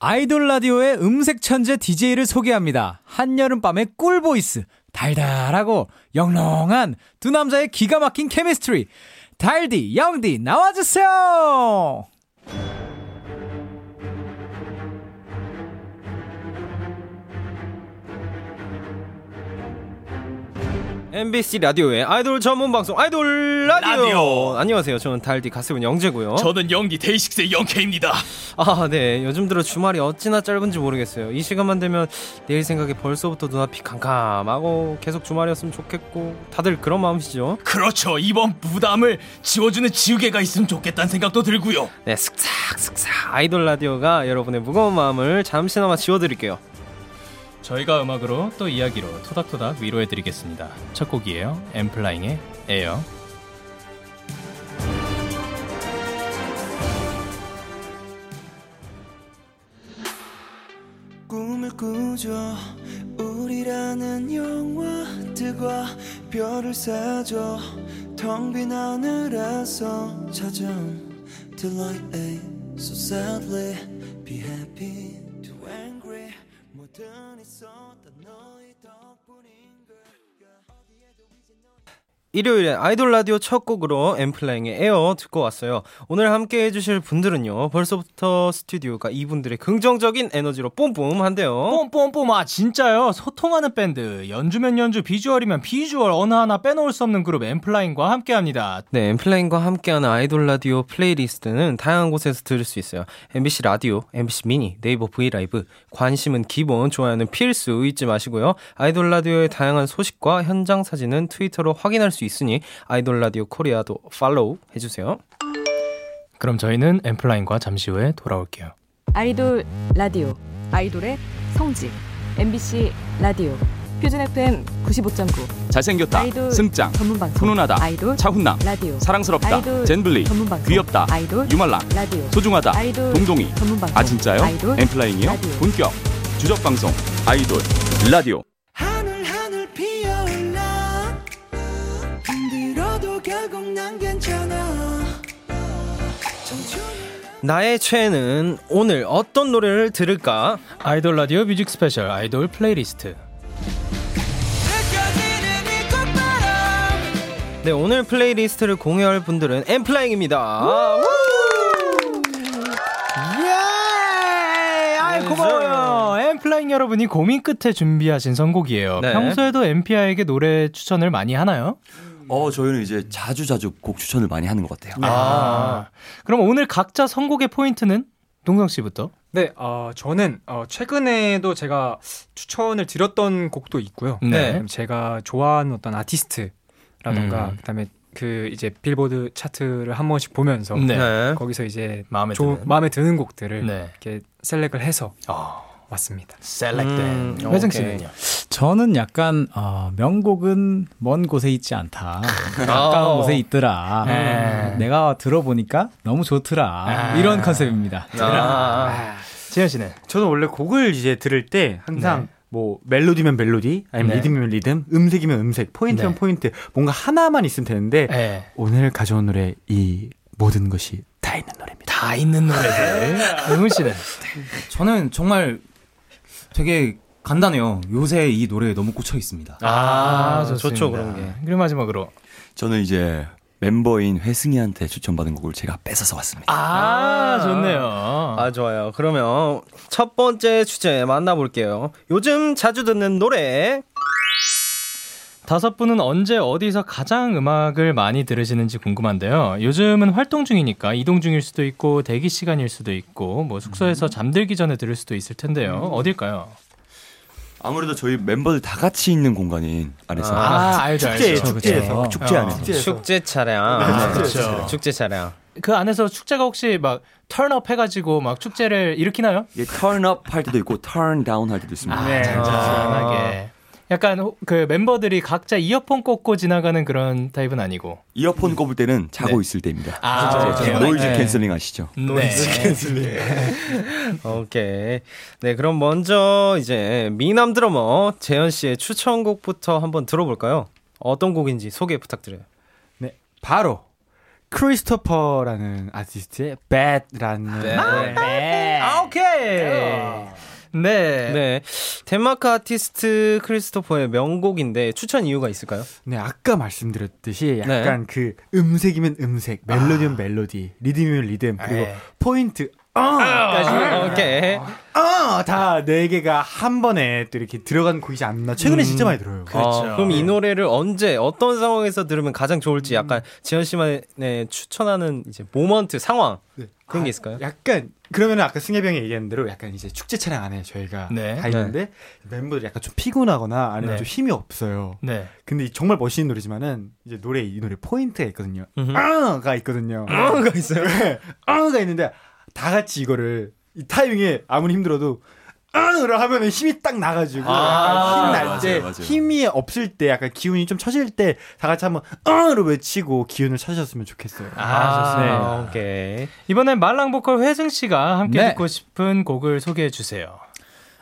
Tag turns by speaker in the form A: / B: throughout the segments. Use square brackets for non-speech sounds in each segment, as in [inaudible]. A: 아이돌 라디오의 음색 천재 DJ를 소개합니다. 한여름밤의 꿀보이스, 달달하고 영롱한 두 남자의 기가 막힌 케미스트리. 달디, 영디, 나와주세요!
B: MBC 라디오의 아이돌 전문 방송 아이돌 라디오.
C: 라디오.
B: 안녕하세요. 저는 달디 가수분 영재고요.
C: 저는 연기 데이식스의 영케입니다.
B: 아, 네. 요즘 들어 주말이 어찌나 짧은지 모르겠어요. 이 시간만 되면 내일 생각에 벌써부터 눈앞이 캄캄하고 계속 주말이었으면 좋겠고 다들 그런 마음이시죠?
C: 그렇죠. 이번 부담을 지워주는 지우개가 있으면 좋겠다는 생각도 들고요.
B: 네, 슥싹 슥싹 아이돌 라디오가 여러분의 무거운 마음을 잠시나마 지워 드릴게요.
C: 저희가 음악으로 또 이야기로 토닥토닥 위로해드리겠습니다. 첫 곡이에요. 엠플라잉의 에어.
D: 꿈을 꾸죠 우리라는 영화들과 별을 사줘 텅 빈 하늘에서 찾아온 delight eh, so sadly be happy too angry 뭐든 있었던 너의 덕분인 걸
B: 일요일에 아이돌 라디오 첫 곡으로 엠플라잉의 에어 듣고 왔어요. 오늘 함께 해주실 분들은요, 벌써부터 스튜디오가 이분들의 긍정적인 에너지로 뿜뿜한데요.
E: 뽐뽐뽐 아 진짜요 소통하는 밴드 연주면 연주 비주얼이면 비주얼 어느 하나 빼놓을 수 없는 그룹 엠플라인과 함께합니다
B: 네, 엠플라잉과 함께하는 아이돌 라디오 플레이리스트는 다양한 곳에서 들을 수 있어요. MBC 라디오, MBC 미니, 네이버 브이라이브, 관심은 기본, 좋아요는 필수 잊지 마시고요. 아이돌 라디오의 다양한 소식과 현장 사진은 트위터로 확인할 수 있으니 아이돌 라디오 코리아도 팔로우 해주세요.
C: 그럼 저희는 엠플라잉과 잠시 후에 돌아올게요.
F: 아이돌 라디오 아이돌의 성지 MBC 라디오 표준 FM 95.9
G: 잘생겼다
F: 아이돌
G: 승짱
F: 전문 방송
G: 훈훈하다
F: 아이돌
G: 차훈남
F: 라디오
G: 사랑스럽다
F: 아이돌
G: 젠블리
F: 전문 방송
G: 귀엽다
F: 아이돌
G: 유말랑
F: 라디오
G: 소중하다
F: 아이돌
G: 동동이
F: 전문 방송
G: 아 진짜요?
F: 아이돌
G: 엠플라잉이요?
F: 라디오.
G: 본격 주적 방송 아이돌 라디오
D: 하늘 하늘 피어올라 힘들어도 결국 난 괜찮아 청춘
B: 나의 최애는 오늘 어떤 노래를 들을까?
E: 아이돌 라디오 뮤직 스페셜 아이돌 플레이리스트
B: 네, 오늘 플레이리스트를 공유할 분들은 엠플라잉입니다.
E: 예
B: 네.
E: 아이 고마워요 엠플라잉 여러분이 고민 끝에 준비하신 선곡이에요
B: 네.
E: 평소에도 엠피아에게 노래 추천을 많이 하나요?
H: 어 저희는 이제 자주 자주 곡 추천을 많이 하는 것 같아요.
I: 네.
E: 아 그럼 오늘 각자 선곡의 포인트는 동성 씨부터
J: 네, 어, 저는 어, 최근에도 제가 추천을 드렸던 곡도 있고요.
E: 네.
J: 그다음에 제가 좋아하는 어떤 아티스트라던가 그다음에 그 이제 빌보드 차트를 한 번씩 보면서
E: 네.
B: 네.
J: 거기서 이제
E: 마음에
J: 조-
E: 드는
J: 마음에 드는 곡들을
E: 네
J: 이렇게 셀렉을 해서
E: 어,
J: 왔습니다.
B: 음,
E: 셀렉된 회생
B: 오케이.
E: 씨는요?
A: 저는 약간, 어, 명곡은 먼 곳에 있지 않다. 가까운
B: 어.
A: 곳에 있더라.
E: 네.
A: 내가 들어보니까 너무 좋더라.
E: 아.
A: 이런 컨셉입니다.
B: 아,
E: 네. 지현 씨는
I: 저는 원래 곡을 이제 들을 때 항상
E: 네.
I: 뭐 멜로디면 멜로디 아니면
E: 네.
I: 리듬이면 리듬 음색이면 음색 포인트면
E: 네.
I: 포인트 뭔가 하나만 있으면 되는데
E: 예.
I: 오늘 가져온 노래 이 모든 것이 다 있는 노래입니다.
E: 다 있는 노래들. 은훈 씨는
K: 저는 정말 되게 간단해요. 요새 이 노래에 너무 꽂혀 있습니다.
E: 아,
B: 좋죠, 그런 게.
E: 그리고 마지막으로
H: 저는 이제 멤버인 회승이한테 추천받은 곡을 제가 뺏어서 왔습니다.
E: 아, 좋네요.
B: 아, 좋아요. 그러면 첫 번째 주제 만나볼게요. 요즘 자주 듣는 노래.
E: 다섯 분은 언제 어디서 가장 음악을 많이 들으시는지 궁금한데요. 요즘은 활동 중이니까 이동 중일 수도 있고 대기 시간일 수도 있고 뭐 숙소에서 잠들기 전에 들을 수도 있을 텐데요. 어딜까요?
H: 아무래도 저희 멤버들 다 같이 있는 공간인 안에서
E: 아,
I: 아.
E: 알죠,
I: 축제 축제에서 네,
A: 그렇죠.
I: 축제 안에
B: 어, 축제 차량. 네,
E: 그렇죠.
B: 축제 차량.
E: 그 안에서 축제가 혹시 막 턴업 해가지고 막 축제를 일으키나요?
H: 이게 turn up 할 때도 있고 turn down 할 때도
I: 아,
H: 있습니다.
I: 네.
E: 아. 잔잔하게. 약간 호- 그 멤버들이 각자 이어폰 꽂고 지나가는 그런 타입은 아니고.
H: 이어폰 꼽을 때는
I: 네.
H: 자고 있을 때입니다.
E: 아,
H: 진짜
E: 오케이.
H: 노이즈
E: 네.
H: 캔슬링 아시죠?
E: 노이즈
B: 오케이. 네, 그럼 먼저 이제 미남 드러머 재현 씨의 추천곡부터 한번 들어볼까요? 어떤 곡인지 소개 부탁드려요.
I: 바로 크리스토퍼라는 아티스트의 bad라는
B: 네. 아, 오케이. 네. 네. 덴마크 아티스트 크리스토퍼의 명곡인데 추천 이유가 있을까요?
I: 네, 아까 말씀드렸듯이
E: 네.
I: 약간 그 음색이면 음색, 멜로디면
E: 아.
I: 멜로디, 리듬이면 리듬, 그리고
B: 네.
I: 포인트 어까지
B: 아, 오케이.
I: 어다네 개가 한 번에 또 이렇게 들어간 곡이지 않나 최근에
E: 음.
I: 진짜 많이 들어요.
B: 아, 그럼 이 노래를 언제 어떤 상황에서 들으면 가장 좋을지 약간 지현 씨만의 추천하는 이제 모먼트 상황 그런 게 있을까요?
I: 네. 아, 약간 그러면 아까 승엽이 형이 얘기한 대로 약간 이제 축제 차량 안에 저희가
B: 네.
I: 다 있는데 멤버들이 약간 좀 피곤하거나
B: 네.
I: 아니면 좀 힘이 없어요.
B: 네.
I: 근데 이 정말 멋있는 노래지만은 이제 노래 이 노래 포인트가 있거든요.
B: 음흠.
I: 아가 있거든요.
B: 아가 있어요?
I: 네. 아가 있는데 다 같이 이거를 이 타이밍에 아무리 힘들어도 아를 하면은 힘이 딱 나가지고
K: 아, 맞아요,
I: 힘날
K: 맞아요.
I: 때 힘이 없을 때 약간 기운이 좀 처질 때 다 같이 한번 아를 외치고 기운을 찾으셨으면 좋겠어요.
B: 네.
E: 아,
B: 오케이.
E: 이번엔 말랑 보컬 회승 씨가 함께
A: 네.
E: 듣고 싶은 곡을 소개해 주세요.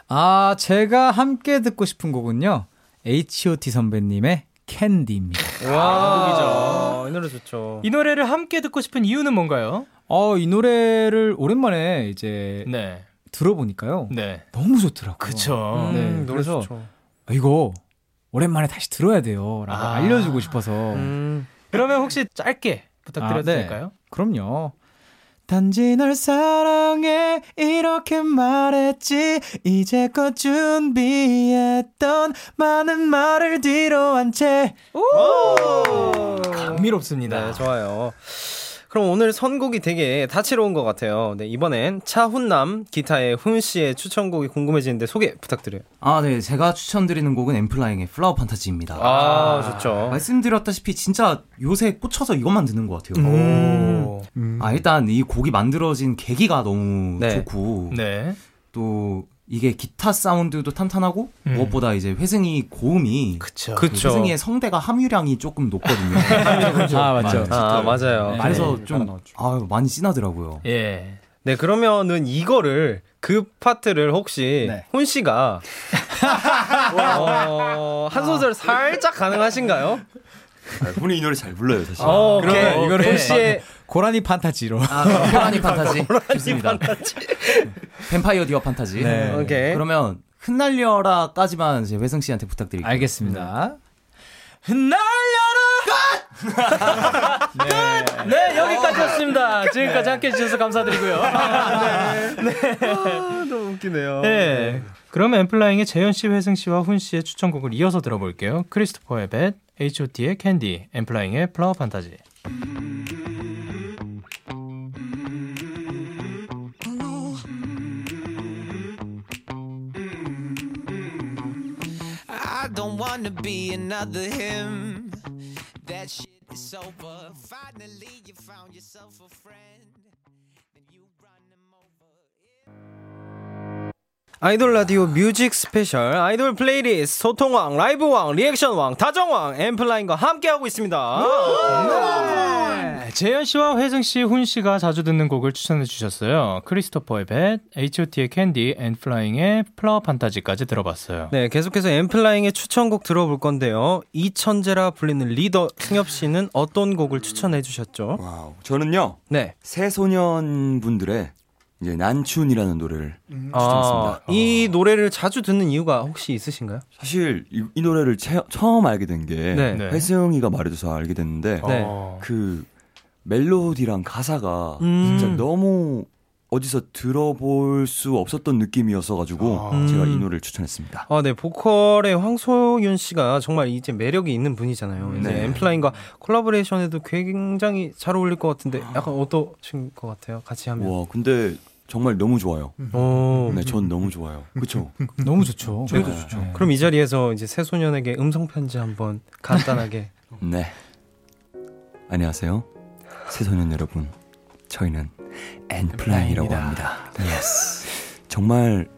A: 아, 제가 함께 듣고 싶은 곡은요. H.O.T 선배님의 캔디입니다.
B: 와, 이 노래 좋죠.
E: 이 노래를 함께 듣고 싶은 이유는 뭔가요?
A: 어, 이 노래를 오랜만에 이제 들어보니까요. 너무 좋더라고요.
E: 네. 그쵸.
A: 네,
E: 음, 노래
A: 그래서
E: 좋죠.
A: 아, 이거 오랜만에 다시 들어야 돼요. 라고
E: 아.
A: 알려주고 싶어서.
B: 음.
E: 그러면 혹시 짧게 부탁드려도
A: 아, 네.
E: 될까요?
A: 그럼요.
L: 단지 널 사랑해 이렇게 말했지 이제껏 준비했던 많은 말을 뒤로 한채
E: 감미롭습니다.
A: 네,
B: 좋아요. 그럼 오늘 선곡이 되게 다채로운 것 같아요. 네, 이번엔 차훈남 기타의 훈 씨의 추천곡이 궁금해지는데 소개 부탁드려요.
K: 아, 네. 제가 추천드리는 곡은 엠플라잉의 플라워 판타지입니다.
B: 아, 좋죠.
K: 말씀드렸다시피 진짜 요새 꽂혀서 이것만 듣는 것 같아요.
B: 음.
K: 아, 일단 이 곡이 만들어진 계기가 너무 좋고
E: 네.
K: 또 이게 기타 사운드도 탄탄하고
E: 음.
K: 무엇보다 이제 회승이 고음이 그
B: 그쵸.
K: 회승이의 성대가 함유량이 조금 높거든요.
B: 아, 맞죠. 아, 맞아요.
K: 그래서
B: 네.
K: 좀 아유, 많이 진하더라고요.
E: 예.
B: 네, 그러면은 이거를 그 파트를 혹시 훈 씨가 어, 한 소절 살짝 가능하신가요?
H: 본인 네, 이 노래 잘 불러요, 사실.
B: 어, 오케이. 그러면 이거를 네.
A: 혹시
B: 씨의-
A: 고라니 판타지로.
K: 네. 아,
B: [laughs]
K: 고라니 판타지. 좋습니다.
B: 판타지.
K: 뱀파이어 디어 판타지.
A: 네. 오케이.
K: 그러면 흩날려라까지만 이제 회승 씨한테 부탁드릴게요.
A: 알겠습니다.
E: 흩날려라! 끝! 네, 여기까지였습니다. 지금까지 함께 해주셔서 감사드리고요.
B: [laughs] 네. 아, 너무 웃기네요.
E: 네. 그럼 엠플라잉의 재현 씨, 회승 씨와 훈 씨의 추천곡을 이어서 들어볼게요. 크리스토퍼의 벳, H.O.T.의 캔디, 엠플라잉의 플라워 판타지.
D: I don't wanna be another him. That shit is over. Finally, you found yourself a friend.
B: 아이돌 라디오 뮤직 스페셜 아이돌 플레이리스트 소통왕 라이브왕 리액션왕 다정왕 엠플라인과 함께하고 있습니다.
E: 네. 재현 씨와 회승 씨, 훈 씨가 자주 듣는 곡을 추천해 주셨어요. 크리스토퍼의 벳, H.O.T.의 캔디, 엠플라잉의 플라워 판타지까지 들어봤어요.
B: 네, 계속해서 엠플라잉의 추천곡 들어볼 건데요. 이천재라 불리는 리더 승엽 씨는 어떤 곡을 추천해 주셨죠?
H: 저는요.
B: 네.
H: 새소년 분들의 이제 난춘이라는 노래를
B: 아,
H: 추천했습니다.
B: 이 노래를 자주 듣는 이유가 혹시 있으신가요?
H: 사실 이, 이 노래를 채- 처음 알게 된 게
B: 네. 네.
H: 회승이가 말해줘서 알게 됐는데
B: 네.
I: 어.
H: 그 멜로디랑 가사가
B: 음.
H: 진짜 너무 어디서 들어볼 수 없었던 느낌이었어가지고
B: 아.
H: 제가 이
B: 음.
H: 노래를 추천했습니다.
B: 아, 네. 보컬의 황소윤 씨가 정말 이제 매력이 있는 분이잖아요. 이제
H: 네.
B: 엠플라인과 콜라보레이션에도 굉장히 잘 어울릴 것 같은데 약간 어떠신 것 같아요? 같이 하면.
H: 와 근데 정말 너무 좋아요.
B: 음. 오.
H: 네, 전 너무 좋아요.
B: 음.
H: 그렇죠.
A: 너무 좋죠.
B: 네. 그럼 이 자리에서 이제 새소년에게 음성 편지 한번 [laughs] 간단하게.
H: 네. 안녕하세요. 새소년 여러분. 저희는 엔플라잉이라고 합니다. 예스. 정말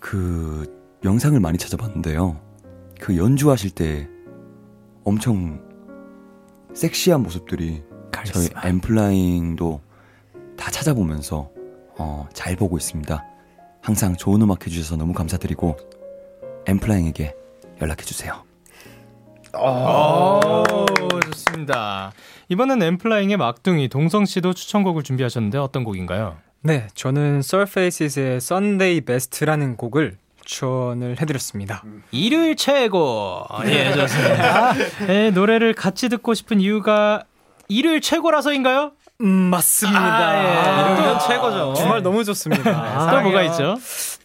H: 그 영상을 많이 찾아봤는데요. 그 연주하실 때 엄청 섹시한 모습들이 저희 엔플라잉도 다 찾아보면서 어, 잘 보고 있습니다. 항상 좋은 음악 해주셔서 너무 감사드리고 엔플라잉에게 연락해주세요.
B: 아.
E: 오, 좋습니다. 이번엔 엠플라잉의 막둥이 동성 씨도 추천곡을 준비하셨는데 어떤 곡인가요?
J: 네, 저는 Surfaces의 Sunday Best라는 곡을 추천을 해드렸습니다.
E: 일요일 최고.
J: 네.
E: 예, 좋습니다. 예, 노래를 같이 듣고 싶은 이유가 일요일 최고라서인가요?
J: 음, 맞습니다.
E: 아, 예.
J: 아,
E: 이건 최고죠.
J: 정말 너무 좋습니다.
E: 아, 또 뭐가 있죠?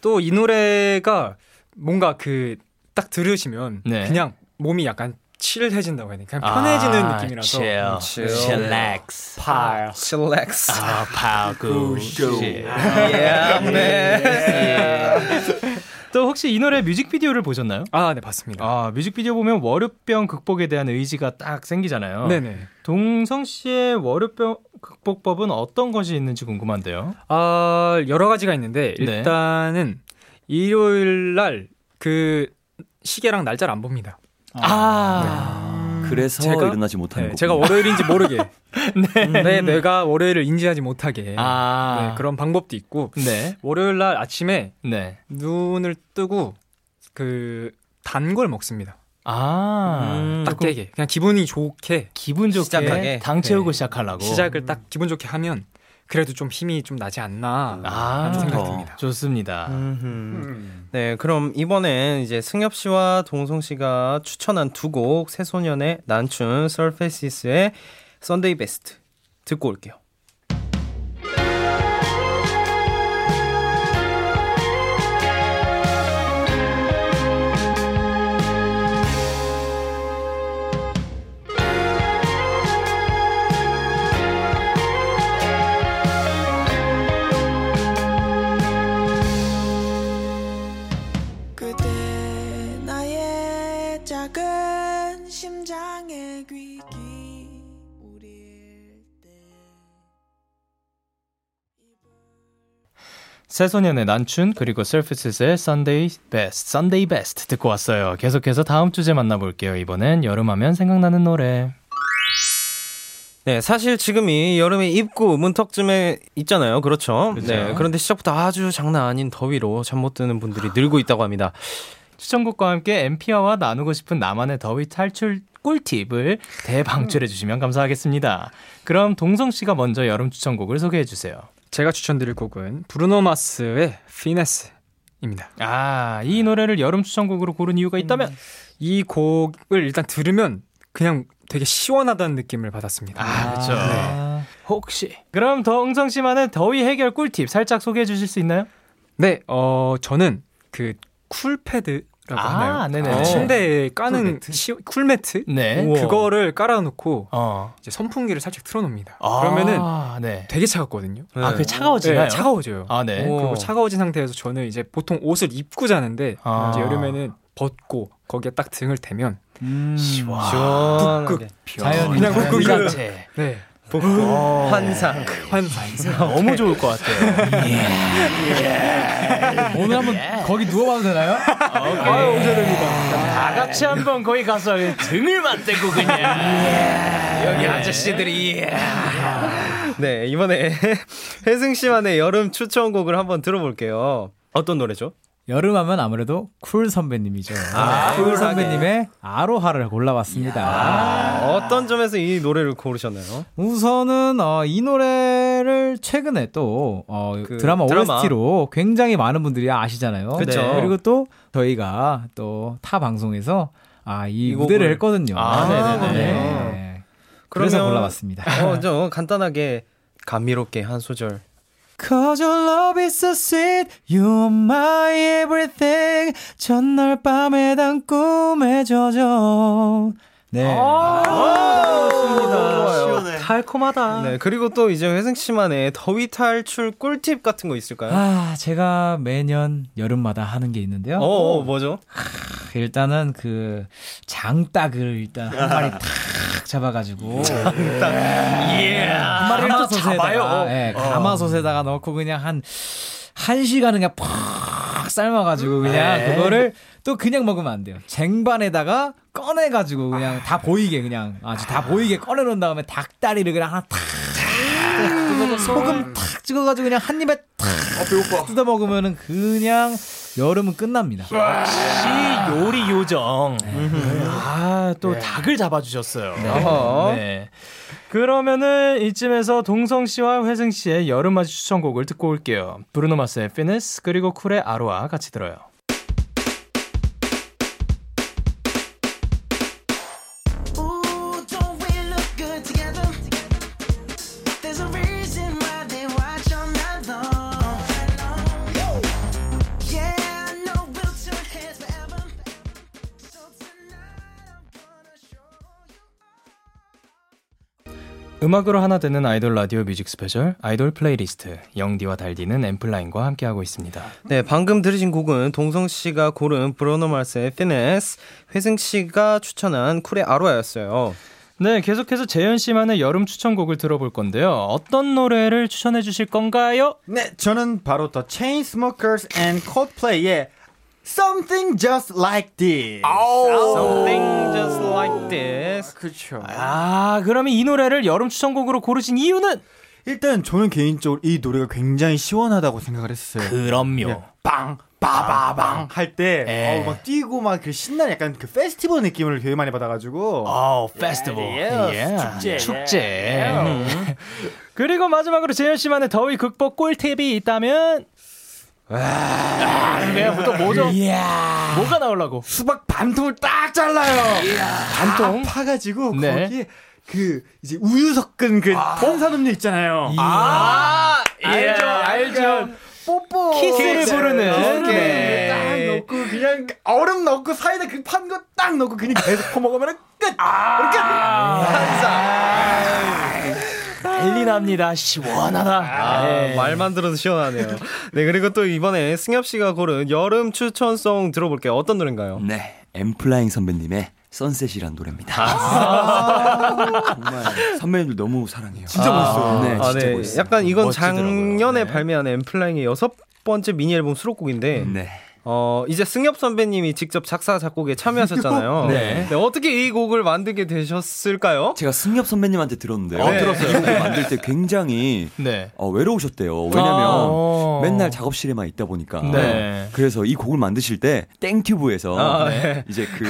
J: 또 이 노래가 뭔가 그 딱 들으시면
E: 네.
J: 그냥 몸이 약간 칠해진다고 해야 되나? 그냥 편해지는
E: 아,
J: 느낌이라서.
E: chill,
J: 음, chill.
E: chillax,
J: 팔.
B: 실렉스.
E: 아, 파구. 씨. 아,
J: 아,
B: Yeah, man.
E: 네. 또 혹시 이 노래 뮤직비디오를 보셨나요?
J: 아, 네, 봤습니다.
E: 아, 뮤직비디오 보면 월요병 극복에 대한 의지가 딱 생기잖아요.
J: 네네.
E: 동성 씨의 월요병 극복법은 어떤 것이 있는지 궁금한데요.
J: 아, 여러 가지가 있는데
E: 네.
J: 일단은 일요일 날 그 시계랑 날짜를 안 봅니다.
H: 그래서
J: 음, 제가-
H: 일어나지
E: 음,
H: 못하는
J: 네,
H: 거고.
J: 제가
E: [laughs]
J: 월요일인지 모르게 네.
E: 네.
J: 내 내가 월요일을 인지하지 못하게
E: 아.
J: 네, 그런 방법도 있고
E: 네.
J: 월요일 날 아침에
E: 네.
J: 눈을 뜨고 그 단 걸 먹습니다. 음,
E: 아,
J: 딱 깨게 그냥 기분이 좋게
E: 기분 좋게
J: 시작하게. 네.
E: 당 채우고 시작하려고.
A: 어.
J: 시작을 딱 기분 좋게 하면 그래도 좀 힘이 좀 나지 않나
A: 아.
J: 하는 생각이 듭니다.
E: 좋습니다.
B: 아. 네, 그럼 이번엔 이제 승엽 씨와 동성 씨가 추천한 두 곡 새소년의 난춘, 서페시스의 썬데이 베스트 듣고 올게요.
M: 그대 나의 작은 심장의 귀기
E: 새소년의 난춘 그리고 서피스의 Sunday Best, Sunday Best 듣고 왔어요. 계속해서 다음 주제 만나볼게요. 이번엔 여름하면 생각나는 노래.
B: 네, 사실 지금이 여름에 입구 문턱쯤에 있잖아요. 그렇죠? 네. 그런데 시작부터 아주 장난 아닌 더위로 잠 못 드는 분들이 늘고 있다고 합니다.
E: 추천곡과 함께 엠피아와 나누고 싶은 나만의 더위 탈출 꿀팁을 대방출해 주시면 감사하겠습니다. 그럼 동성 씨가 먼저 여름 추천곡을 소개해 주세요.
J: 제가 추천드릴 곡은 브루노마스의 피네스입니다.
E: 아, 이 노래를 여름 추천곡으로 고른 이유가 있다면
J: 이 곡을 일단 들으면 그냥 되게 시원하다는 느낌을 받았습니다.
E: 아, 그렇죠. 혹시 그럼 동성 씨만의 더위 해결 꿀팁 살짝 소개해 주실 수 있나요?
J: 네, 어 저는 그 쿨패드라고
E: 아,
J: 하나요?
E: 네네네.
J: 그 침대에 까는 시- 쿨매트?
E: 네.
J: 우와. 그거를 깔아놓고
E: 어.
J: 이제 선풍기를 살짝 틀어놓습니다.
E: 아,
J: 그러면은
E: 네.
J: 되게 차갑거든요.
E: 아, 그게 차가워지나요?
J: 네, 차가워져요.
E: 아, 네.
J: 그리고
E: 오.
J: 차가워진 상태에서 저는 이제 보통 옷을 입고 자는데
E: 아.
J: 이제 여름에는 벗고 거기에 딱 등을 대면
B: 시원하게.
J: 북극
B: 자연인
J: 그냥
B: 자연
J: 북극
E: 아,
B: 자체.
J: 네.
B: 어. 환상.
J: 환상.
E: 아, 너무 좋을 것 같아요.
A: 오늘 한번
J: [laughs]
A: 거기 누워봐도 되나요?
E: 아, 오셔됩니다. 다 같이 한번 거기 가서 등을 맞대고 그냥 예. 여기 아저씨들이 예.
B: 네, 이번에 [laughs] 혜승 씨만의 여름 추천곡을 한번 들어볼게요. 어떤 노래죠?
A: 여름하면 아무래도 쿨 선배님이죠.
B: 아,
A: 쿨
B: 쿨하게.
A: 선배님의 아로하를 골라봤습니다.
B: 어떤 점에서 이 노래를 고르셨나요?
A: 우선은 어, 이 노래를 최근에 또 어,
B: 그
A: 드라마,
B: 드라마.
A: OST로 굉장히 많은 분들이 아시잖아요. 네.
B: 그쵸.
A: 그리고 또 저희가 또 타 방송에서 아, 이
B: 이
A: 무대를
B: 곡을.
A: 했거든요.
B: 아, 네네네.
A: 네. 그래서
B: 그러면-
A: 골라봤습니다.
B: 어, 저 간단하게 감미롭게 한 소절.
L: Cause your love is so sweet You're my everything 전날 밤에 단 꿈에 젖어
A: 네.
B: 좋습니다.
E: 달콤하다.
B: 네, 그리고 또 이제 회승 씨만의 더위 탈출 꿀팁 같은 거 있을까요?
A: 아, 제가 매년 여름마다 하는 게 있는데요.
B: 어, 어, 뭐죠?
A: 크, 일단은 그 장닭을 일단 한 [laughs] 마리 탁 잡아가지고 장닭
E: 예.
A: 한 마리를 또 잡아요. 예, 가마솥에다가 넣고 그냥 한 한 시간은 그냥 푹 삶아가지고 그냥
E: 네.
A: 그거를 또 그냥 먹으면 안 돼요. 쟁반에다가 꺼내가지고 그냥 다 보이게 그냥 아주 다 보이게 꺼내놓은 다음에 닭다리를 그냥 하나 탁 아, 소금 탁 찍어가지고 그냥 한 입에 탁 뜯어 먹으면은 그냥 여름은 끝납니다.
C: 역시 요리 요정.
E: 예.
C: 아, 또 닭을 잡아주셨어요.
E: 어허.
C: 네.
E: 그러면은 이쯤에서 동성 씨와 회승 씨의 여름맞이 추천곡을 듣고 올게요. 브루노 마스의 피니스 그리고 쿨의 아로아 같이 들어요.
M: Ooh, don't we look good together? There's a reason why they watch all night long. Yeah, I know we'll turn heads forever.
E: 음악으로 하나 되는 아이돌 라디오 뮤직 스페셜 아이돌 플레이리스트 영디와 달디는 앰플라인과 함께하고 있습니다.
B: 네, 방금 들으신 곡은 동성 씨가 고른 브로노 마스의 피네스, 회승 씨가 추천한 쿨의 아로아였어요.
E: 네, 계속해서 재현 씨만의 여름 추천곡을 들어볼 건데요. 어떤 노래를 추천해 주실 건가요?
I: 네, 저는 바로 더 Chainsmokers and Coldplay의 Something Just Like This.
E: Something just like this.
I: 그렇죠.
E: 아, 그러면 이 노래를 여름 추천곡으로 고르신 이유는
I: 일단 저는 개인적으로 이 노래가 굉장히 시원하다고 생각을 했어요.
C: 그럼요.
E: 예.
I: 빵 빠바방 할 때 어우 막 뛰고 막 그 신나는 약간 그 페스티벌 느낌을 되게 많이 받아가지고
C: 어 페스티벌
E: 예.
I: 축제
E: 축제.
I: 예.
E: 음. [laughs] 그리고 마지막으로 재현 씨만의 더위 극복 꿀팁이 있다면 아, 내가 또 뭐죠? 뭐가 나오려고?
I: 수박 반통을 딱 잘라요. 반통 아, 파가지고
E: 네.
I: 거기에 그 이제 우유 섞은 그 탄산음료 있잖아요. 아,
E: 알죠,
I: 알죠. 뽀뽀
E: 키스를 부르는.
I: 네.
E: 네.
I: 딱 넣고 그냥 얼음 넣고 사이다 그 판 거 딱 넣고 그냥 계속 퍼먹으면 끝.
K: 아.
I: 이렇게
E: 난리 납니다. 시원하다.
B: 아,
E: 네.
B: 말만 들어도 시원하네요. 네, 그리고 또 이번에 승엽 씨가 고른 여름 추천송 들어볼게요. 어떤 노래인가요?
H: 네. 엠플라잉 선배님의 선셋이란 노래입니다. 정말 선배님들 너무 사랑해요.
B: 아,
H: 네,
B: 아,
H: 진짜
B: 네.
H: 멋있어요.
B: 약간 이건
H: 멋지더라고요. 네.
B: 작년에 발매한 엠플라잉의 여섯 번째 미니 앨범 수록곡인데.
H: 음. 네.
B: 어 이제 승엽 선배님이 직접 작사 작곡에 참여하셨잖아요.
H: 네.
B: 어떻게 이 곡을 만들게 되셨을까요?
H: 제가 승엽 선배님한테 들었는데요.
B: 어, 들었어요.
H: 이 곡을 만들 때 굉장히
E: 네.
H: 어, 외로우셨대요. 왜냐면
E: 아.
H: 맨날 작업실에만 있다 보니까.
E: 네.
H: 그래서 이 곡을 만드실 때 땡튜브에서
E: 아, 네.
H: 이제 그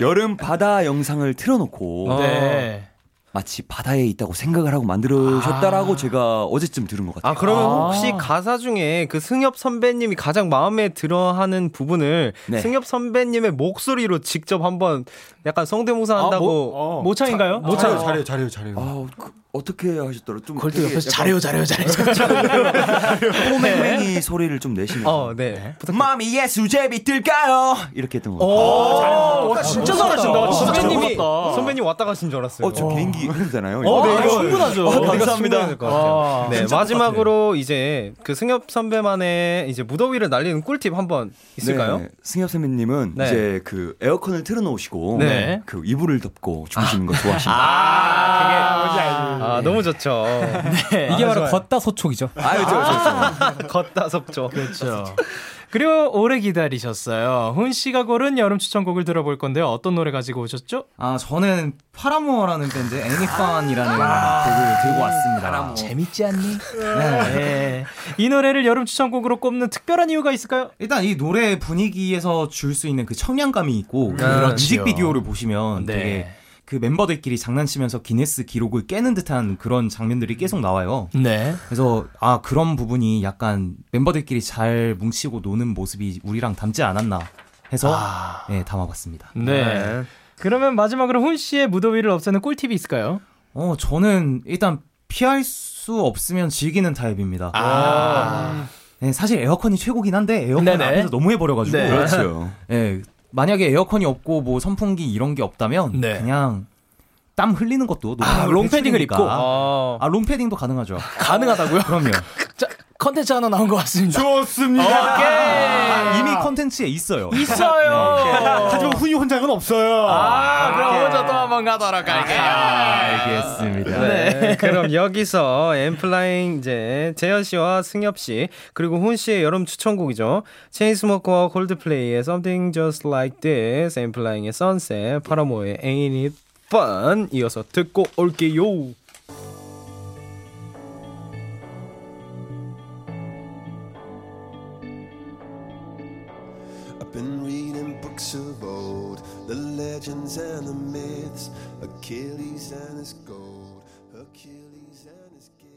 H: 여름 바다 영상을 틀어놓고
E: 네.
H: 마치 바다에 있다고 생각을 하고 만들으셨다라고 제가 어제쯤 들은 것 같아요.
B: 아 그러면 혹시 가사 중에 그 승엽 선배님이 가장 마음에 들어하는 부분을
H: 네.
B: 승엽 선배님의 목소리로 직접 한번 약간 성대모사
H: 아,
B: 한다고
H: 어.
E: 모창인가요?
B: 모창
I: 잘해요, 잘해요, 잘해요.
H: 그 어떻게 하셨더라? 좀
B: 그걸 또
H: 되게
B: 옆에서
H: 약간
B: 잘해요, 잘해요, 잘해요,
H: [laughs]
B: 네.
H: 꼬맹맹이 소리를 좀 내시면.
B: 어, 네.
H: 마음이 예수제비 들까요? 이렇게 했던
B: 어.
H: 거.
B: 오,
H: 같아요.
B: 어, 진짜 잘하신다.
H: 진짜
B: 선배님이
H: 잘하셨다.
B: 선배님 왔다 가신 줄 알았어요.
H: 어, 저 [laughs] 개인기
B: 어,
H: 되잖아요. 이거.
B: 네, 이거 충분하죠.
H: 어, 감사합니다.
B: 충분할 것 같아요.
H: 아,
B: 네,
H: 진짜
B: 마지막으로 이제 그 승엽 선배만의 이제 무더위를 날리는 꿀팁 한번 있을까요?
H: 네, 승엽 선배님은
B: 네.
H: 이제 그 에어컨을 틀어놓으시고
B: 네.
H: 그 이불을 덮고 주무시는 거 좋아하시나요?
B: 아, 너무 좋죠.
A: 이게 바로
B: 걷다 소촉이죠.
H: 아유,
B: 걷다 속죠.
E: [laughs] 그렇죠. 그리고 오래 기다리셨어요. 훈 씨가 고른 여름 추천곡을 들어볼 건데요. 어떤 노래 가지고 오셨죠?
K: 아 저는 파라모어라는 밴드 애니판이라는
I: 아.
K: 곡을 들고 왔습니다.
E: 재밌지 않니?
K: 네.
E: 네. [laughs] 이 노래를 여름 추천곡으로 꼽는 특별한 이유가 있을까요?
K: 일단 이 노래 분위기에서 줄 수 있는 그 청량감이 있고 그
E: 그렇죠.
K: 뮤직 비디오를 보시면
E: 네.
K: 되게 그 멤버들끼리 장난치면서 기네스 기록을 깨는 듯한 그런 장면들이 계속 나와요.
E: 네.
K: 그래서 아 그런 부분이 약간 멤버들끼리 잘 뭉치고 노는 모습이 우리랑 닮지 않았나 해서
E: 아.
K: 예, 담아봤습니다.
E: 네. 그러면 마지막으로 훈 씨의 무더위를 없애는 꿀팁이 있을까요?
K: 어 저는 일단 피할 수 없으면 즐기는 타입입니다.
E: 아.
K: 네, 사실 에어컨이 최고긴 한데 에어컨
E: 네네.
K: 앞에서 너무 해버려가지고
E: 네. 그렇죠.
K: 예, 만약에 에어컨이 없고 뭐 선풍기 이런 게 없다면 그냥 땀 흘리는 것도 노출을
E: 네. 아, 롱패딩을
K: 해주니까.
E: 입고?
K: 아 롱패딩도 가능하죠.
E: 가능하다고요?
K: 그럼요.
E: [laughs] 자, 컨텐츠 하나 나온 것 같습니다. 좋습니다.
K: 아,
E: 오케이.
K: 이미 컨텐츠에 있어요.
E: 있어요. [laughs]
I: 하지만 훈이 혼자는 없어요.
E: 네. 아, 그럼 혼자 또 한번 가도록 할게요.
K: 알겠습니다.
B: 네. 그럼 여기서 엠플라잉 이제 재현 씨와 승엽 씨 그리고 훈 씨의 여름 추천곡이죠. 체인스모커와 콜드플레이의 Something Just Like This, 엠플라잉의 Sunset, 파라모의 Ain't It Fun 이어서 듣고 올게요.
N: I've been reading books of old, the legends and the myths, Achilles and his gold, Achilles and his gifts.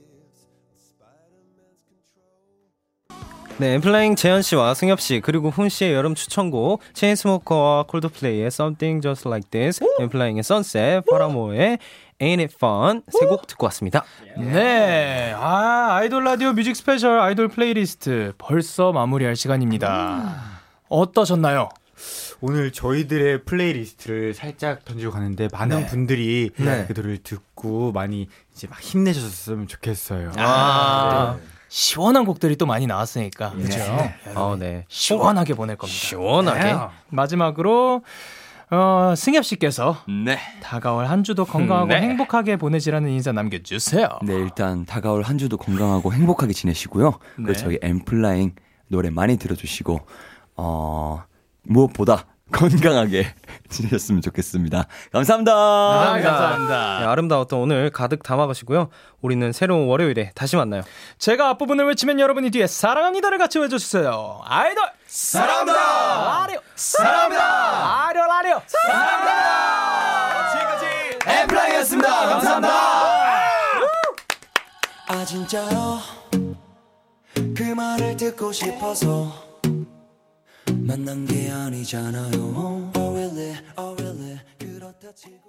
B: 네, 엠플라잉 재현 씨와 승엽 씨 그리고 훈 씨의 여름 추천곡 체인스모커와 콜드플레이의 Something Just Like This, 엠플라잉의 Sunset, 파라모의 Ain't It Fun 세 곡 듣고 왔습니다.
E: 네. 아, 아이돌 라디오 뮤직 스페셜 아이돌 플레이리스트 벌써 마무리할 시간입니다. 어떠셨나요?
I: 오늘 저희들의 플레이리스트를 살짝 던지고 가는데 많은
E: 네.
I: 분들이
E: 네.
I: 그 노래를 듣고 많이 이제 막 힘내셨으면 좋겠어요.
E: 아,
I: 네.
E: 시원한 곡들이 또 많이 나왔으니까.
I: 네.
E: 그렇죠.
I: 네.
B: 어, 네.
E: 시원하게 보낼 겁니다. 네.
B: 시원하게.
E: 마지막으로 어, 승엽 씨께서 다가올 한 주도 건강하고
H: 네.
E: 행복하게 보내시라는 인사 남겨주세요.
H: 네, 일단 다가올 한 주도 건강하고 행복하게 지내시고요.
E: 네.
H: 그리고 저희 엠플라잉 노래 많이 들어주시고 어 무엇보다 건강하게 [laughs] 지내셨으면 좋겠습니다. 감사합니다.
B: 네, 아름다웠던 오늘 가득 담아가시고요. 우리는 새로운 월요일에 다시 만나요.
E: 제가 앞부분을 외치면 여러분이 뒤에 사랑합니다를 같이 외쳐주세요. 아이돌
M: 사랑합니다.
E: 라디오
M: 사랑합니다.
E: 아이돌 라디오
M: 지금까지 엠플라잉이었습니다. 감사합니다. 아 진짜로 그 말을 듣고 싶어서 만난 게 아니잖아요. Oh really, oh really 그렇다 치고